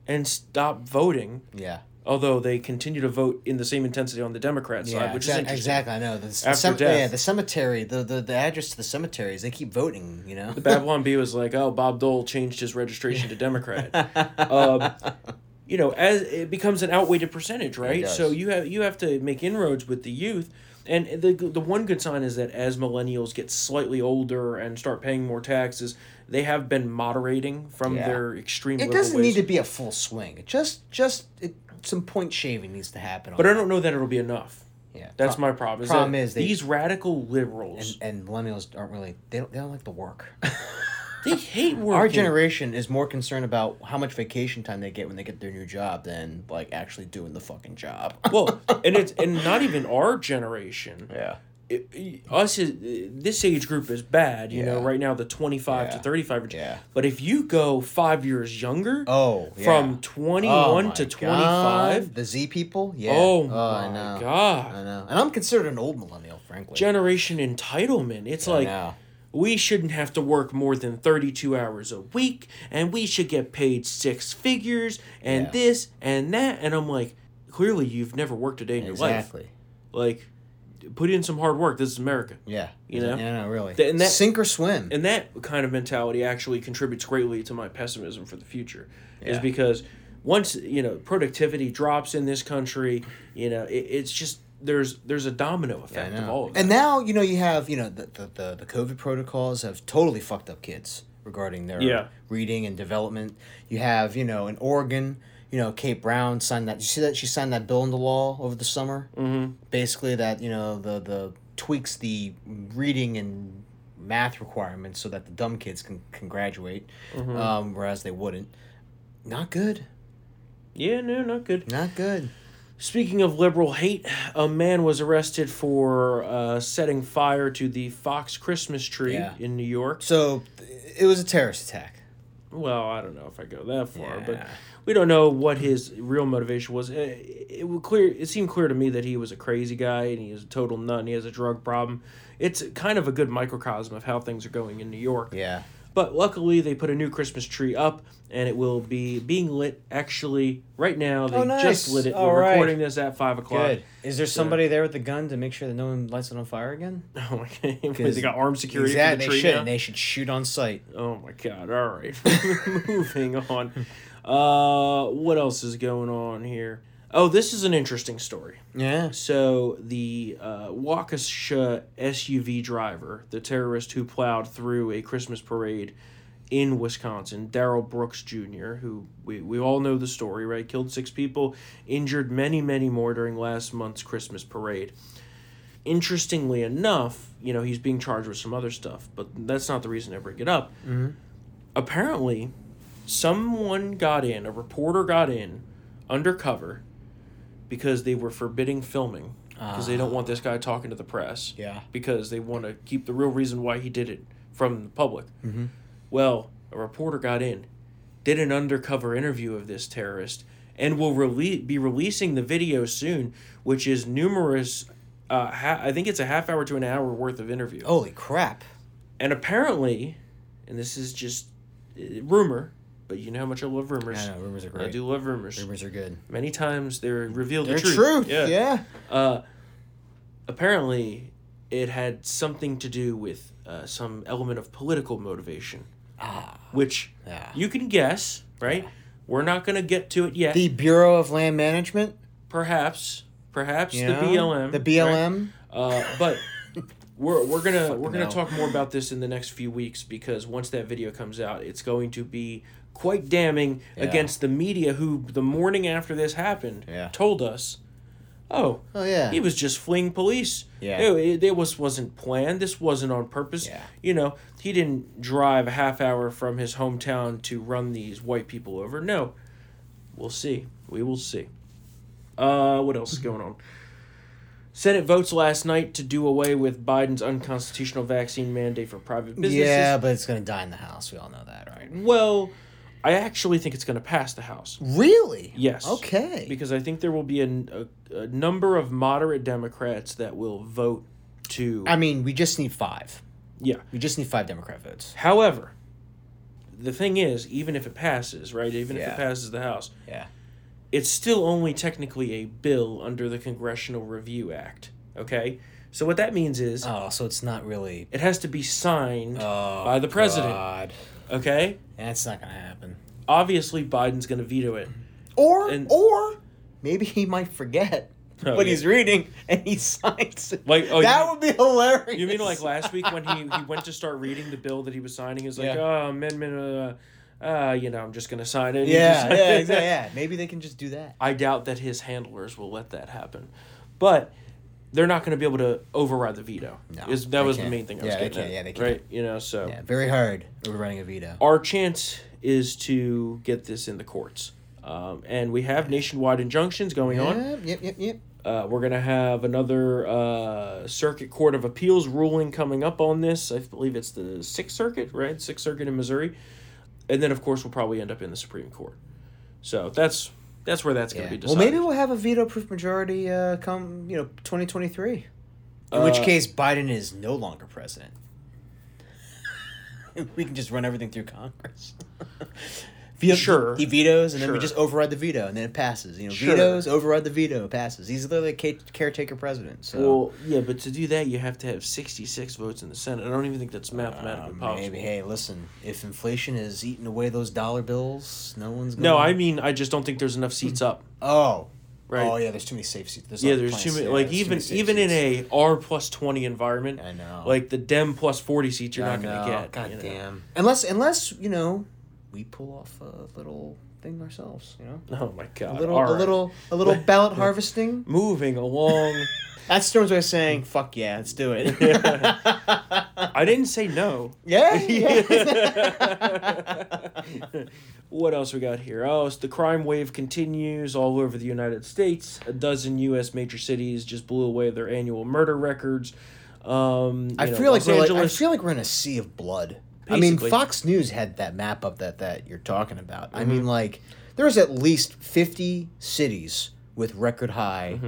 [SPEAKER 1] and stop voting,
[SPEAKER 2] Yeah.
[SPEAKER 1] although they continue to vote in the same intensity on the Democrat side, which
[SPEAKER 2] exac-
[SPEAKER 1] is interesting.
[SPEAKER 2] exactly. I know the, the
[SPEAKER 1] After
[SPEAKER 2] cem-
[SPEAKER 1] death.
[SPEAKER 2] yeah the cemetery the, the the address to the cemeteries they keep voting you know
[SPEAKER 1] Babylon B was like, "Oh, Bob Dole changed his registration to Democrat." um, you know, as it becomes an outweighted percentage, right?
[SPEAKER 2] does.
[SPEAKER 1] So you have you have to make inroads with the youth, and the the one good sign is that as millennials get slightly older and start paying more taxes, they have been moderating from
[SPEAKER 2] Yeah.
[SPEAKER 1] their extreme.
[SPEAKER 2] it
[SPEAKER 1] liberal
[SPEAKER 2] doesn't
[SPEAKER 1] ways.
[SPEAKER 2] need to be a full swing it just just it, some point shaving needs to happen on
[SPEAKER 1] but I
[SPEAKER 2] that.
[SPEAKER 1] don't know that it'll be enough.
[SPEAKER 2] yeah
[SPEAKER 1] That's
[SPEAKER 2] Pro-
[SPEAKER 1] my problem. Is
[SPEAKER 2] problem
[SPEAKER 1] that
[SPEAKER 2] is they-
[SPEAKER 1] these radical liberals
[SPEAKER 2] and millennials aren't really they don't, they don't like the work
[SPEAKER 1] they hate working.
[SPEAKER 2] our generation is more concerned about how much vacation time they get when they get their new job than like actually doing the fucking job
[SPEAKER 1] well, and it's and not even our generation.
[SPEAKER 2] yeah
[SPEAKER 1] it- it- us is this age group is bad you know
[SPEAKER 2] Yeah.
[SPEAKER 1] right now the 25 to
[SPEAKER 2] Yeah.
[SPEAKER 1] 35 range.
[SPEAKER 2] Yeah.
[SPEAKER 1] but if you go five years younger
[SPEAKER 2] oh yeah.
[SPEAKER 1] from
[SPEAKER 2] Oh
[SPEAKER 1] 21
[SPEAKER 2] my
[SPEAKER 1] to
[SPEAKER 2] God.
[SPEAKER 1] 25
[SPEAKER 2] the Z people yeah
[SPEAKER 1] oh
[SPEAKER 2] I
[SPEAKER 1] my
[SPEAKER 2] know. I
[SPEAKER 1] god
[SPEAKER 2] know and I'm considered an old millennial frankly
[SPEAKER 1] generation entitlement it's
[SPEAKER 2] I
[SPEAKER 1] like
[SPEAKER 2] know.
[SPEAKER 1] we shouldn't have to work more than 32 hours a week and we should get paid six figures and
[SPEAKER 2] Yeah.
[SPEAKER 1] this and that and i'm like clearly you've never worked a day in
[SPEAKER 2] exactly
[SPEAKER 1] your life like put in some hard work this is america
[SPEAKER 2] Yeah.
[SPEAKER 1] You know?
[SPEAKER 2] Yeah, no, really.
[SPEAKER 1] Th- and that-
[SPEAKER 2] Sink or swim.
[SPEAKER 1] and that kind of mentality actually contributes greatly to my pessimism for the future is
[SPEAKER 2] Yeah.
[SPEAKER 1] because once you know productivity drops in this country you know it, it's just there's there's a domino
[SPEAKER 2] I
[SPEAKER 1] effect of
[SPEAKER 2] know.
[SPEAKER 1] all of that.
[SPEAKER 2] And now, you know, you have, you know, the, the, the, the COVID protocols have totally fucked up kids regarding their
[SPEAKER 1] Yeah.
[SPEAKER 2] reading and development. You have, you know, in Oregon, you know, Kate Brown signed that. You see that she signed that bill into law over the summer? Mm-hmm. Basically, that, you know, the, the tweaks the reading and math requirements so that the dumb kids can, can graduate,
[SPEAKER 1] Mm-hmm.
[SPEAKER 2] um, whereas they wouldn't. Not good.
[SPEAKER 1] yeah no not good
[SPEAKER 2] Not good.
[SPEAKER 1] Speaking of liberal hate, a man was arrested for uh, setting fire to the Fox Christmas tree
[SPEAKER 2] Yeah.
[SPEAKER 1] in New York.
[SPEAKER 2] So it was a terrorist attack.
[SPEAKER 1] well, I don't know if I go that far, but
[SPEAKER 2] Yeah.
[SPEAKER 1] we don't know what his real motivation was. It, it was clear. It seemed clear to me that he was a crazy guy and he was a total nut. And he has a drug problem. It's kind of a good microcosm of how things are going in New York.
[SPEAKER 2] Yeah.
[SPEAKER 1] But luckily, they put a new Christmas tree up, and it will be being lit actually right now. They
[SPEAKER 2] Oh,
[SPEAKER 1] just
[SPEAKER 2] nice.
[SPEAKER 1] lit it.
[SPEAKER 2] All
[SPEAKER 1] We're
[SPEAKER 2] right.
[SPEAKER 1] recording this at five o'clock.
[SPEAKER 2] Good. Is there somebody there with the gun to make sure that no one lights it on fire again?
[SPEAKER 1] Oh my god! They got armed security for the
[SPEAKER 2] Exactly.
[SPEAKER 1] tree
[SPEAKER 2] They should.
[SPEAKER 1] now?
[SPEAKER 2] and They should shoot on sight.
[SPEAKER 1] Oh my god! All right, moving on. Uh, what else is going on here? Oh, this is an interesting story.
[SPEAKER 2] Yeah.
[SPEAKER 1] So the uh, Waukesha SUV driver, the terrorist who plowed through a Christmas parade in Wisconsin, Daryl Brooks Jr., who we, we all know the story, right? Killed six people, injured many, many more during last month's Christmas parade. Interestingly enough, you know, he's being charged with some other stuff, but that's not the reason I bring it up. Apparently, someone got in, a reporter got in undercover because they were forbidding filming because they don't want this guy talking to the press.
[SPEAKER 2] Yeah.
[SPEAKER 1] Because they want to keep the real reason why he did it from the public. Mm-hmm. Well, a reporter got in, did an undercover interview of this terrorist, and will rele- be releasing the video soon, which is numerous. Uh, ha- I think it's a half hour to an hour worth of interview.
[SPEAKER 2] Holy crap.
[SPEAKER 1] And apparently, and this is just uh, rumor, but you know how much I love rumors.
[SPEAKER 2] I know, rumors are
[SPEAKER 1] I
[SPEAKER 2] great.
[SPEAKER 1] do love rumors.
[SPEAKER 2] Rumors are good.
[SPEAKER 1] Many times they reveal
[SPEAKER 2] They're
[SPEAKER 1] the truth.
[SPEAKER 2] truth. Yeah.
[SPEAKER 1] Apparently, it had something to do with uh, some element of political motivation, which
[SPEAKER 2] Ah.
[SPEAKER 1] you can guess, right? We're not going to get to it yet.
[SPEAKER 2] The Bureau of Land Management.
[SPEAKER 1] perhaps, perhaps
[SPEAKER 2] you
[SPEAKER 1] the
[SPEAKER 2] know?
[SPEAKER 1] BLM.
[SPEAKER 2] The
[SPEAKER 1] right?
[SPEAKER 2] BLM.
[SPEAKER 1] Uh, but we're we're gonna we're gonna
[SPEAKER 2] hell.
[SPEAKER 1] talk more about this in the next few weeks because once that video comes out, it's going to be quite damning against the media who the morning after this happened
[SPEAKER 2] Yeah.
[SPEAKER 1] told us, oh,
[SPEAKER 2] Oh yeah.
[SPEAKER 1] he was just fleeing police.
[SPEAKER 2] Yeah.
[SPEAKER 1] it, it- it was wasn't planned. This wasn't on purpose.
[SPEAKER 2] Yeah.
[SPEAKER 1] you know he didn't drive a half hour from his hometown to run these white people over. No, we'll see. We will see. Uh, what else is going on? Senate votes last night to do away with Biden's unconstitutional vaccine mandate for private businesses.
[SPEAKER 2] Yeah, but it's gonna die in the house. We all know that, right?
[SPEAKER 1] Well, I actually think it's going to pass the House.
[SPEAKER 2] Really?
[SPEAKER 1] Yes.
[SPEAKER 2] Okay.
[SPEAKER 1] Because I think there will be a, a, a number of moderate Democrats that will vote to.
[SPEAKER 2] I mean, we just need five.
[SPEAKER 1] yeah.
[SPEAKER 2] We just need five Democrat votes.
[SPEAKER 1] However, the thing is, even if it passes, right? Even if
[SPEAKER 2] Yeah.
[SPEAKER 1] it passes the House,
[SPEAKER 2] Yeah.
[SPEAKER 1] it's still only technically a bill under the Congressional Review Act. Okay? So what that means is
[SPEAKER 2] Oh, so it's not really.
[SPEAKER 1] it has to be signed
[SPEAKER 2] Oh,
[SPEAKER 1] by the president.
[SPEAKER 2] God.
[SPEAKER 1] Okay?
[SPEAKER 2] That's not gonna happen.
[SPEAKER 1] Obviously, Biden's going to veto it.
[SPEAKER 2] Or
[SPEAKER 1] And-
[SPEAKER 2] or maybe he might forget
[SPEAKER 1] Oh,
[SPEAKER 2] what
[SPEAKER 1] yeah.
[SPEAKER 2] he's reading and he signs it.
[SPEAKER 1] Like, oh, you
[SPEAKER 2] that
[SPEAKER 1] mean-
[SPEAKER 2] would be hilarious.
[SPEAKER 1] You mean like last week when he, he went to start reading the bill that he was signing? He's like,
[SPEAKER 2] Yeah.
[SPEAKER 1] oh, amendment, uh, uh, you know, I'm just going to sign it.
[SPEAKER 2] Yeah, yeah, exactly. Yeah, maybe they can just do that.
[SPEAKER 1] I doubt that his handlers will let that happen. But they're not going to be able to override the veto.
[SPEAKER 2] No,
[SPEAKER 1] is, that
[SPEAKER 2] they
[SPEAKER 1] was the
[SPEAKER 2] can't.
[SPEAKER 1] main thing I was
[SPEAKER 2] Yeah, they
[SPEAKER 1] getting
[SPEAKER 2] can't.
[SPEAKER 1] at,
[SPEAKER 2] Yeah, they can't.
[SPEAKER 1] Right? You know, so
[SPEAKER 2] Yeah, very hard overrunning a veto.
[SPEAKER 1] our chance is to get this in the courts. Um, and we have nationwide injunctions going on.
[SPEAKER 2] Yep, yep, yep, yep.
[SPEAKER 1] Uh, we're going to have another uh, Circuit Court of Appeals ruling coming up on this. I believe it's the Sixth Circuit, right? Sixth Circuit in Missouri. And then, of course, we'll probably end up in the Supreme Court. So that's that's where that's going
[SPEAKER 2] Yeah.
[SPEAKER 1] to be
[SPEAKER 2] Well,
[SPEAKER 1] decided.
[SPEAKER 2] maybe we'll have a veto-proof majority uh, come you know twenty twenty three. In which
[SPEAKER 1] Uh,
[SPEAKER 2] case, Biden is no longer president. we can just run everything through Congress. Veto-
[SPEAKER 1] Sure.
[SPEAKER 2] He vetoes, and then we
[SPEAKER 1] Sure.
[SPEAKER 2] just override the veto, and then it passes. You know,
[SPEAKER 1] Sure.
[SPEAKER 2] vetoes, override the veto, it passes. He's literally a ca- caretaker president. So
[SPEAKER 1] Well, yeah, but to do that, you have to have 66 votes in the Senate. I don't even think that's mathematically possible.
[SPEAKER 2] Um, Uh, maybe hey, listen, if inflation is eating away those dollar bills, no one's going.
[SPEAKER 1] No, I mean, I just don't think there's enough seats up.
[SPEAKER 2] oh.
[SPEAKER 1] Right.
[SPEAKER 2] Oh yeah, there's too many safe seats. There's
[SPEAKER 1] Yeah,
[SPEAKER 2] other
[SPEAKER 1] there's too
[SPEAKER 2] plans.
[SPEAKER 1] many.
[SPEAKER 2] Yeah,
[SPEAKER 1] like
[SPEAKER 2] there's too
[SPEAKER 1] even
[SPEAKER 2] many safe
[SPEAKER 1] even in
[SPEAKER 2] seats.
[SPEAKER 1] a R plus twenty environment,
[SPEAKER 2] I know.
[SPEAKER 1] Like the Dem plus forty seats, you're
[SPEAKER 2] I
[SPEAKER 1] not gonna
[SPEAKER 2] know.
[SPEAKER 1] get.
[SPEAKER 2] God
[SPEAKER 1] you know.
[SPEAKER 2] damn. Unless unless you know, we pull off a little thing ourselves. You know,
[SPEAKER 1] Oh my god.
[SPEAKER 2] a little,
[SPEAKER 1] All
[SPEAKER 2] a
[SPEAKER 1] right.
[SPEAKER 2] little, a little ballot harvesting.
[SPEAKER 1] Moving along.
[SPEAKER 2] That's Storm's way of saying, "Fuck yeah, let's do it."
[SPEAKER 1] I didn't say no.
[SPEAKER 2] yeah. yeah.
[SPEAKER 1] What else we got here? Oh, so the crime wave continues all over the United States. A dozen U.S. major cities just blew away their annual murder records. Um,
[SPEAKER 2] I
[SPEAKER 1] you know,
[SPEAKER 2] feel
[SPEAKER 1] Los
[SPEAKER 2] like we're like, I
[SPEAKER 1] Angeles-
[SPEAKER 2] feel like we're in a sea of blood. I
[SPEAKER 1] Basically.
[SPEAKER 2] mean, Fox News had that map up that that you're talking about. I
[SPEAKER 1] Mm-hmm.
[SPEAKER 2] mean, like there's at least 50 cities with record high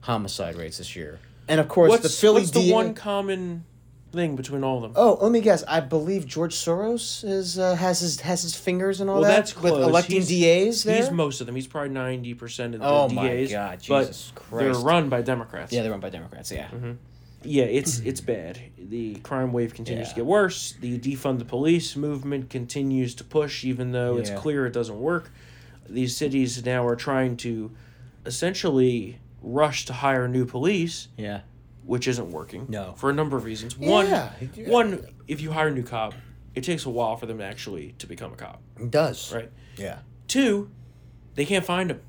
[SPEAKER 2] homicide rates this year, and of course
[SPEAKER 1] Mm-hmm. What's
[SPEAKER 2] the Philly
[SPEAKER 1] what's the
[SPEAKER 2] DA
[SPEAKER 1] one common thing between all of them?
[SPEAKER 2] Oh, let me guess. I believe George Soros is uh, has his has his fingers and all
[SPEAKER 1] well,
[SPEAKER 2] that.
[SPEAKER 1] that's close.
[SPEAKER 2] With electing
[SPEAKER 1] he's,
[SPEAKER 2] DAs there.
[SPEAKER 1] He's most of them. He's probably ninety percent of the
[SPEAKER 2] Oh
[SPEAKER 1] DAs.
[SPEAKER 2] my God, Jesus
[SPEAKER 1] but
[SPEAKER 2] Christ.
[SPEAKER 1] They're run by Democrats.
[SPEAKER 2] yeah, they're run by Democrats. Yeah.
[SPEAKER 1] Mm-hmm. yeah, it's it's bad. The crime wave continues to
[SPEAKER 2] Yeah.
[SPEAKER 1] get worse. The defund the police movement continues to push, even though it's
[SPEAKER 2] Yeah.
[SPEAKER 1] clear it doesn't work. These cities now are trying to essentially rush to hire new police,
[SPEAKER 2] Yeah.
[SPEAKER 1] which isn't working.
[SPEAKER 2] No.
[SPEAKER 1] for a number of reasons.
[SPEAKER 2] Yeah.
[SPEAKER 1] One, one, if you hire a new cop, it takes a while for them actually to become a cop,
[SPEAKER 2] It does.
[SPEAKER 1] right?
[SPEAKER 2] Yeah.
[SPEAKER 1] Two, they can't find them.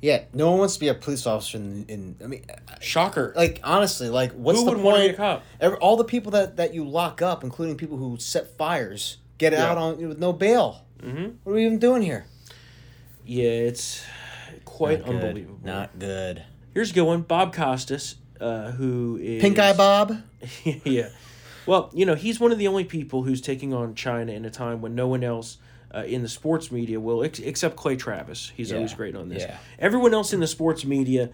[SPEAKER 2] Yeah. No one wants to be a police officer. In, in I mean,
[SPEAKER 1] Shocker.
[SPEAKER 2] like honestly, like Uh, what's
[SPEAKER 1] Who
[SPEAKER 2] the
[SPEAKER 1] would
[SPEAKER 2] point?
[SPEAKER 1] wanna be a cop?
[SPEAKER 2] Ev- all the people that that you lock up, including people who set fires, get out on with no bail. Mm-hmm. What are we even doing here?
[SPEAKER 1] yeah, it's quite unbelievable.
[SPEAKER 2] Not good.
[SPEAKER 1] Here's a good one. Bob Costas, uh, who is
[SPEAKER 2] Pink Eye Bob.
[SPEAKER 1] yeah. Well, you know, he's one of the only people who's taking on China in a time when no one else uh, in the sports media will, ex- except Clay Travis. He's always great on this.
[SPEAKER 2] yeah.
[SPEAKER 1] Everyone else in the sports media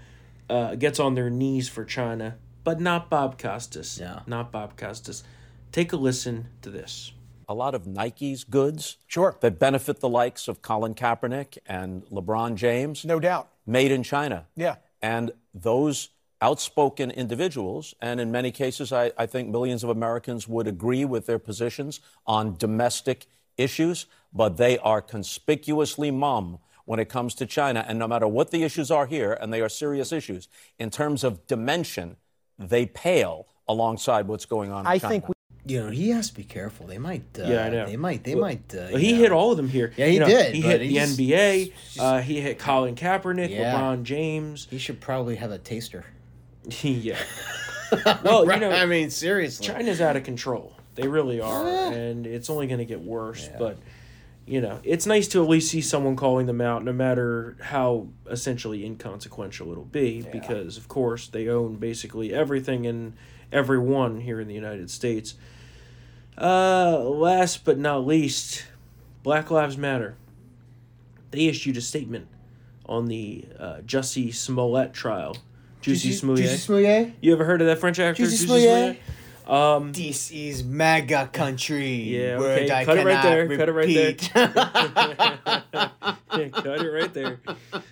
[SPEAKER 1] uh, gets on their knees for China, but not Bob Costas.
[SPEAKER 2] No.
[SPEAKER 1] Not Bob Costas. Take a listen to this.
[SPEAKER 4] a lot of Nike's goods. Sure. That benefit the likes of Colin Kaepernick and LeBron James.
[SPEAKER 5] No doubt.
[SPEAKER 4] Made in China.
[SPEAKER 5] Yeah.
[SPEAKER 4] And those outspoken individuals, and in many cases, I, I think millions of Americans would agree with their positions on domestic issues, but they are conspicuously mum when it comes to China. And no matter what the issues are here, and they are serious issues, in terms of dimension, they pale alongside what's going on in
[SPEAKER 5] I
[SPEAKER 4] China.
[SPEAKER 5] think we
[SPEAKER 2] You know he has to be careful. They might. Uh,
[SPEAKER 1] Yeah, I know.
[SPEAKER 2] They might. They might. Uh,
[SPEAKER 1] But he
[SPEAKER 2] you know.
[SPEAKER 1] hit all of them here.
[SPEAKER 2] Yeah, he
[SPEAKER 1] You know,
[SPEAKER 2] did,
[SPEAKER 1] He
[SPEAKER 2] but
[SPEAKER 1] hit
[SPEAKER 2] he
[SPEAKER 1] the
[SPEAKER 2] just-
[SPEAKER 1] NBA. Uh, he hit Colin Kaepernick,
[SPEAKER 2] Yeah.
[SPEAKER 1] LeBron James.
[SPEAKER 2] He should probably have a taster.
[SPEAKER 1] yeah. well, you know,
[SPEAKER 2] I mean, seriously.
[SPEAKER 1] China's out of control. They really are, and it's only going to get worse. But you know, it's nice to at least see someone calling them out, no matter how essentially inconsequential it'll be, because of course they own basically everything and everyone here in the United States. Uh, last but not least, Black Lives Matter. They issued a statement on the uh, Jussie Smollett trial. Juicy eh? Smollett.
[SPEAKER 2] Juicy eh? Smouillet.
[SPEAKER 1] You ever heard of that French actor?
[SPEAKER 2] Juicy
[SPEAKER 1] Jussie
[SPEAKER 2] Smollett. This is MAGA country.
[SPEAKER 1] Yeah,
[SPEAKER 2] word
[SPEAKER 1] okay.
[SPEAKER 2] I
[SPEAKER 1] Cut it right
[SPEAKER 2] cannot
[SPEAKER 1] there. Cut it right there.
[SPEAKER 2] repeat.
[SPEAKER 1] Yeah, cut it right there.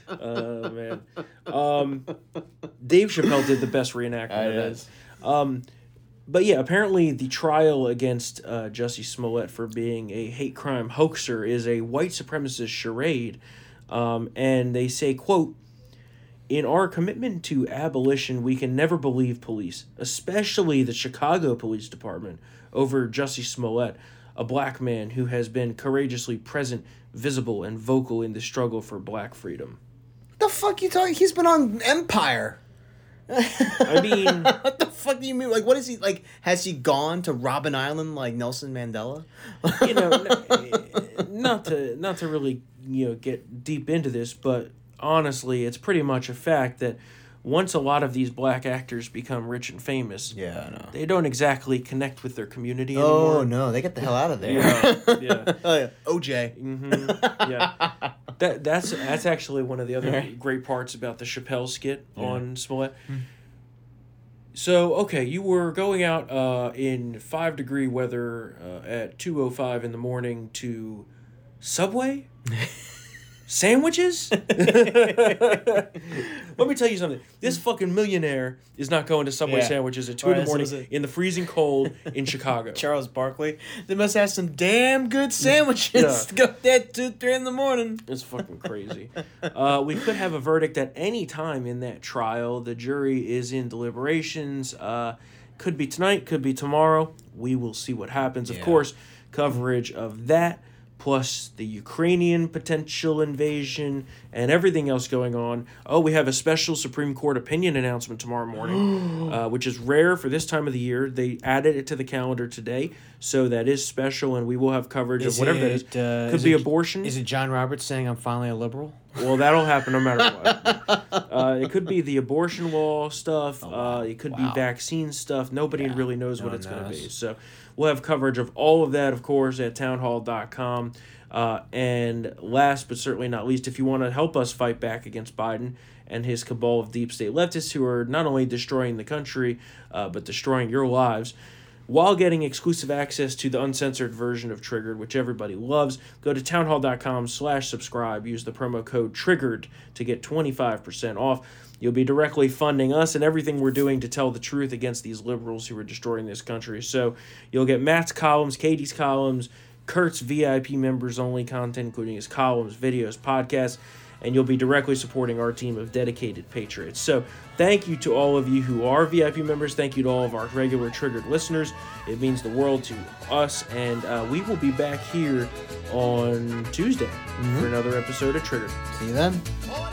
[SPEAKER 1] Oh man. Um, Dave Chappelle did the best reenactment of that. Um, But yeah, apparently the trial against uh, Jussie Smollett for being a hate crime hoaxer is a white supremacist charade, um, and they say, "quote." In our commitment to abolition, we can never believe police, especially the Chicago Police Department, over Jussie Smollett, a black man who has been courageously present, visible, and vocal in the struggle for black freedom.
[SPEAKER 2] the fuck you talking? He's been on Empire.
[SPEAKER 1] I mean,
[SPEAKER 2] What the fuck do you mean? Like, what is he like? Has he gone to Robin Island like Nelson Mandela?
[SPEAKER 1] you know, n- not to not to really you know get deep into this, but honestly, it's pretty much a fact that once a lot of these black actors become rich and famous,
[SPEAKER 2] Yeah, no.
[SPEAKER 1] they don't exactly connect with their community anymore.
[SPEAKER 2] Oh no, they get the hell out of there.
[SPEAKER 1] yeah.
[SPEAKER 2] Oh, yeah. OJ.
[SPEAKER 1] yeah. That that's that's actually one of the other great parts about the Chappelle skit on Smollett. So okay, you were going out uh, in five degree weather uh, at two o five in the morning to Subway sandwiches. Let me tell you something. This fucking millionaire is not going to Subway
[SPEAKER 2] Yeah.
[SPEAKER 1] sandwiches at two
[SPEAKER 2] Or
[SPEAKER 1] in the
[SPEAKER 2] as
[SPEAKER 1] morning
[SPEAKER 2] was it-
[SPEAKER 1] in the freezing cold in Chicago.
[SPEAKER 2] Charles Barkley. They must have some damn good sandwiches. to Go there at two, three in the morning.
[SPEAKER 1] It's fucking crazy. uh, we could have a verdict at any time in that trial. The jury is in deliberations. Uh, could be tonight, could be tomorrow. We will see what happens. Of course, coverage of that, plus the Ukrainian potential invasion and everything else going on. Oh, we have a special Supreme Court opinion announcement tomorrow morning, uh, which is rare for this time of the year. They added it to the calendar today, so that is special, and we will have coverage of whatever that is.
[SPEAKER 2] uh,
[SPEAKER 1] could be abortion.
[SPEAKER 2] Is it John Roberts saying I'm finally a liberal?
[SPEAKER 1] Well, that'll happen no matter what. uh, it could be the abortion law stuff. Uh, it could be vaccine stuff. Nobody really knows what it's going to be. So we'll have coverage of all of that, of course, at townhall.com. Uh, and last but certainly not least, if you want to help us fight back against Biden and his cabal of deep state leftists who are not only destroying the country, uh, but destroying your lives, while getting exclusive access to the uncensored version of Triggered, which everybody loves, go to townhall.com slash subscribe. Use the promo code TRIGGERED to get 25% off. You'll be directly funding us and everything we're doing to tell the truth against these liberals who are destroying this country. So you'll get Matt's columns, Katie's columns, Kurt's VIP members only content, including his columns, videos, podcasts, and you'll be directly supporting our team of dedicated patriots. So, thank you to all of you who are VIP members. Thank you to all of our regular triggered listeners. It means the world to us, and uh, we will be back here on Tuesday for another episode of Triggered.
[SPEAKER 2] See you then.
[SPEAKER 5] Order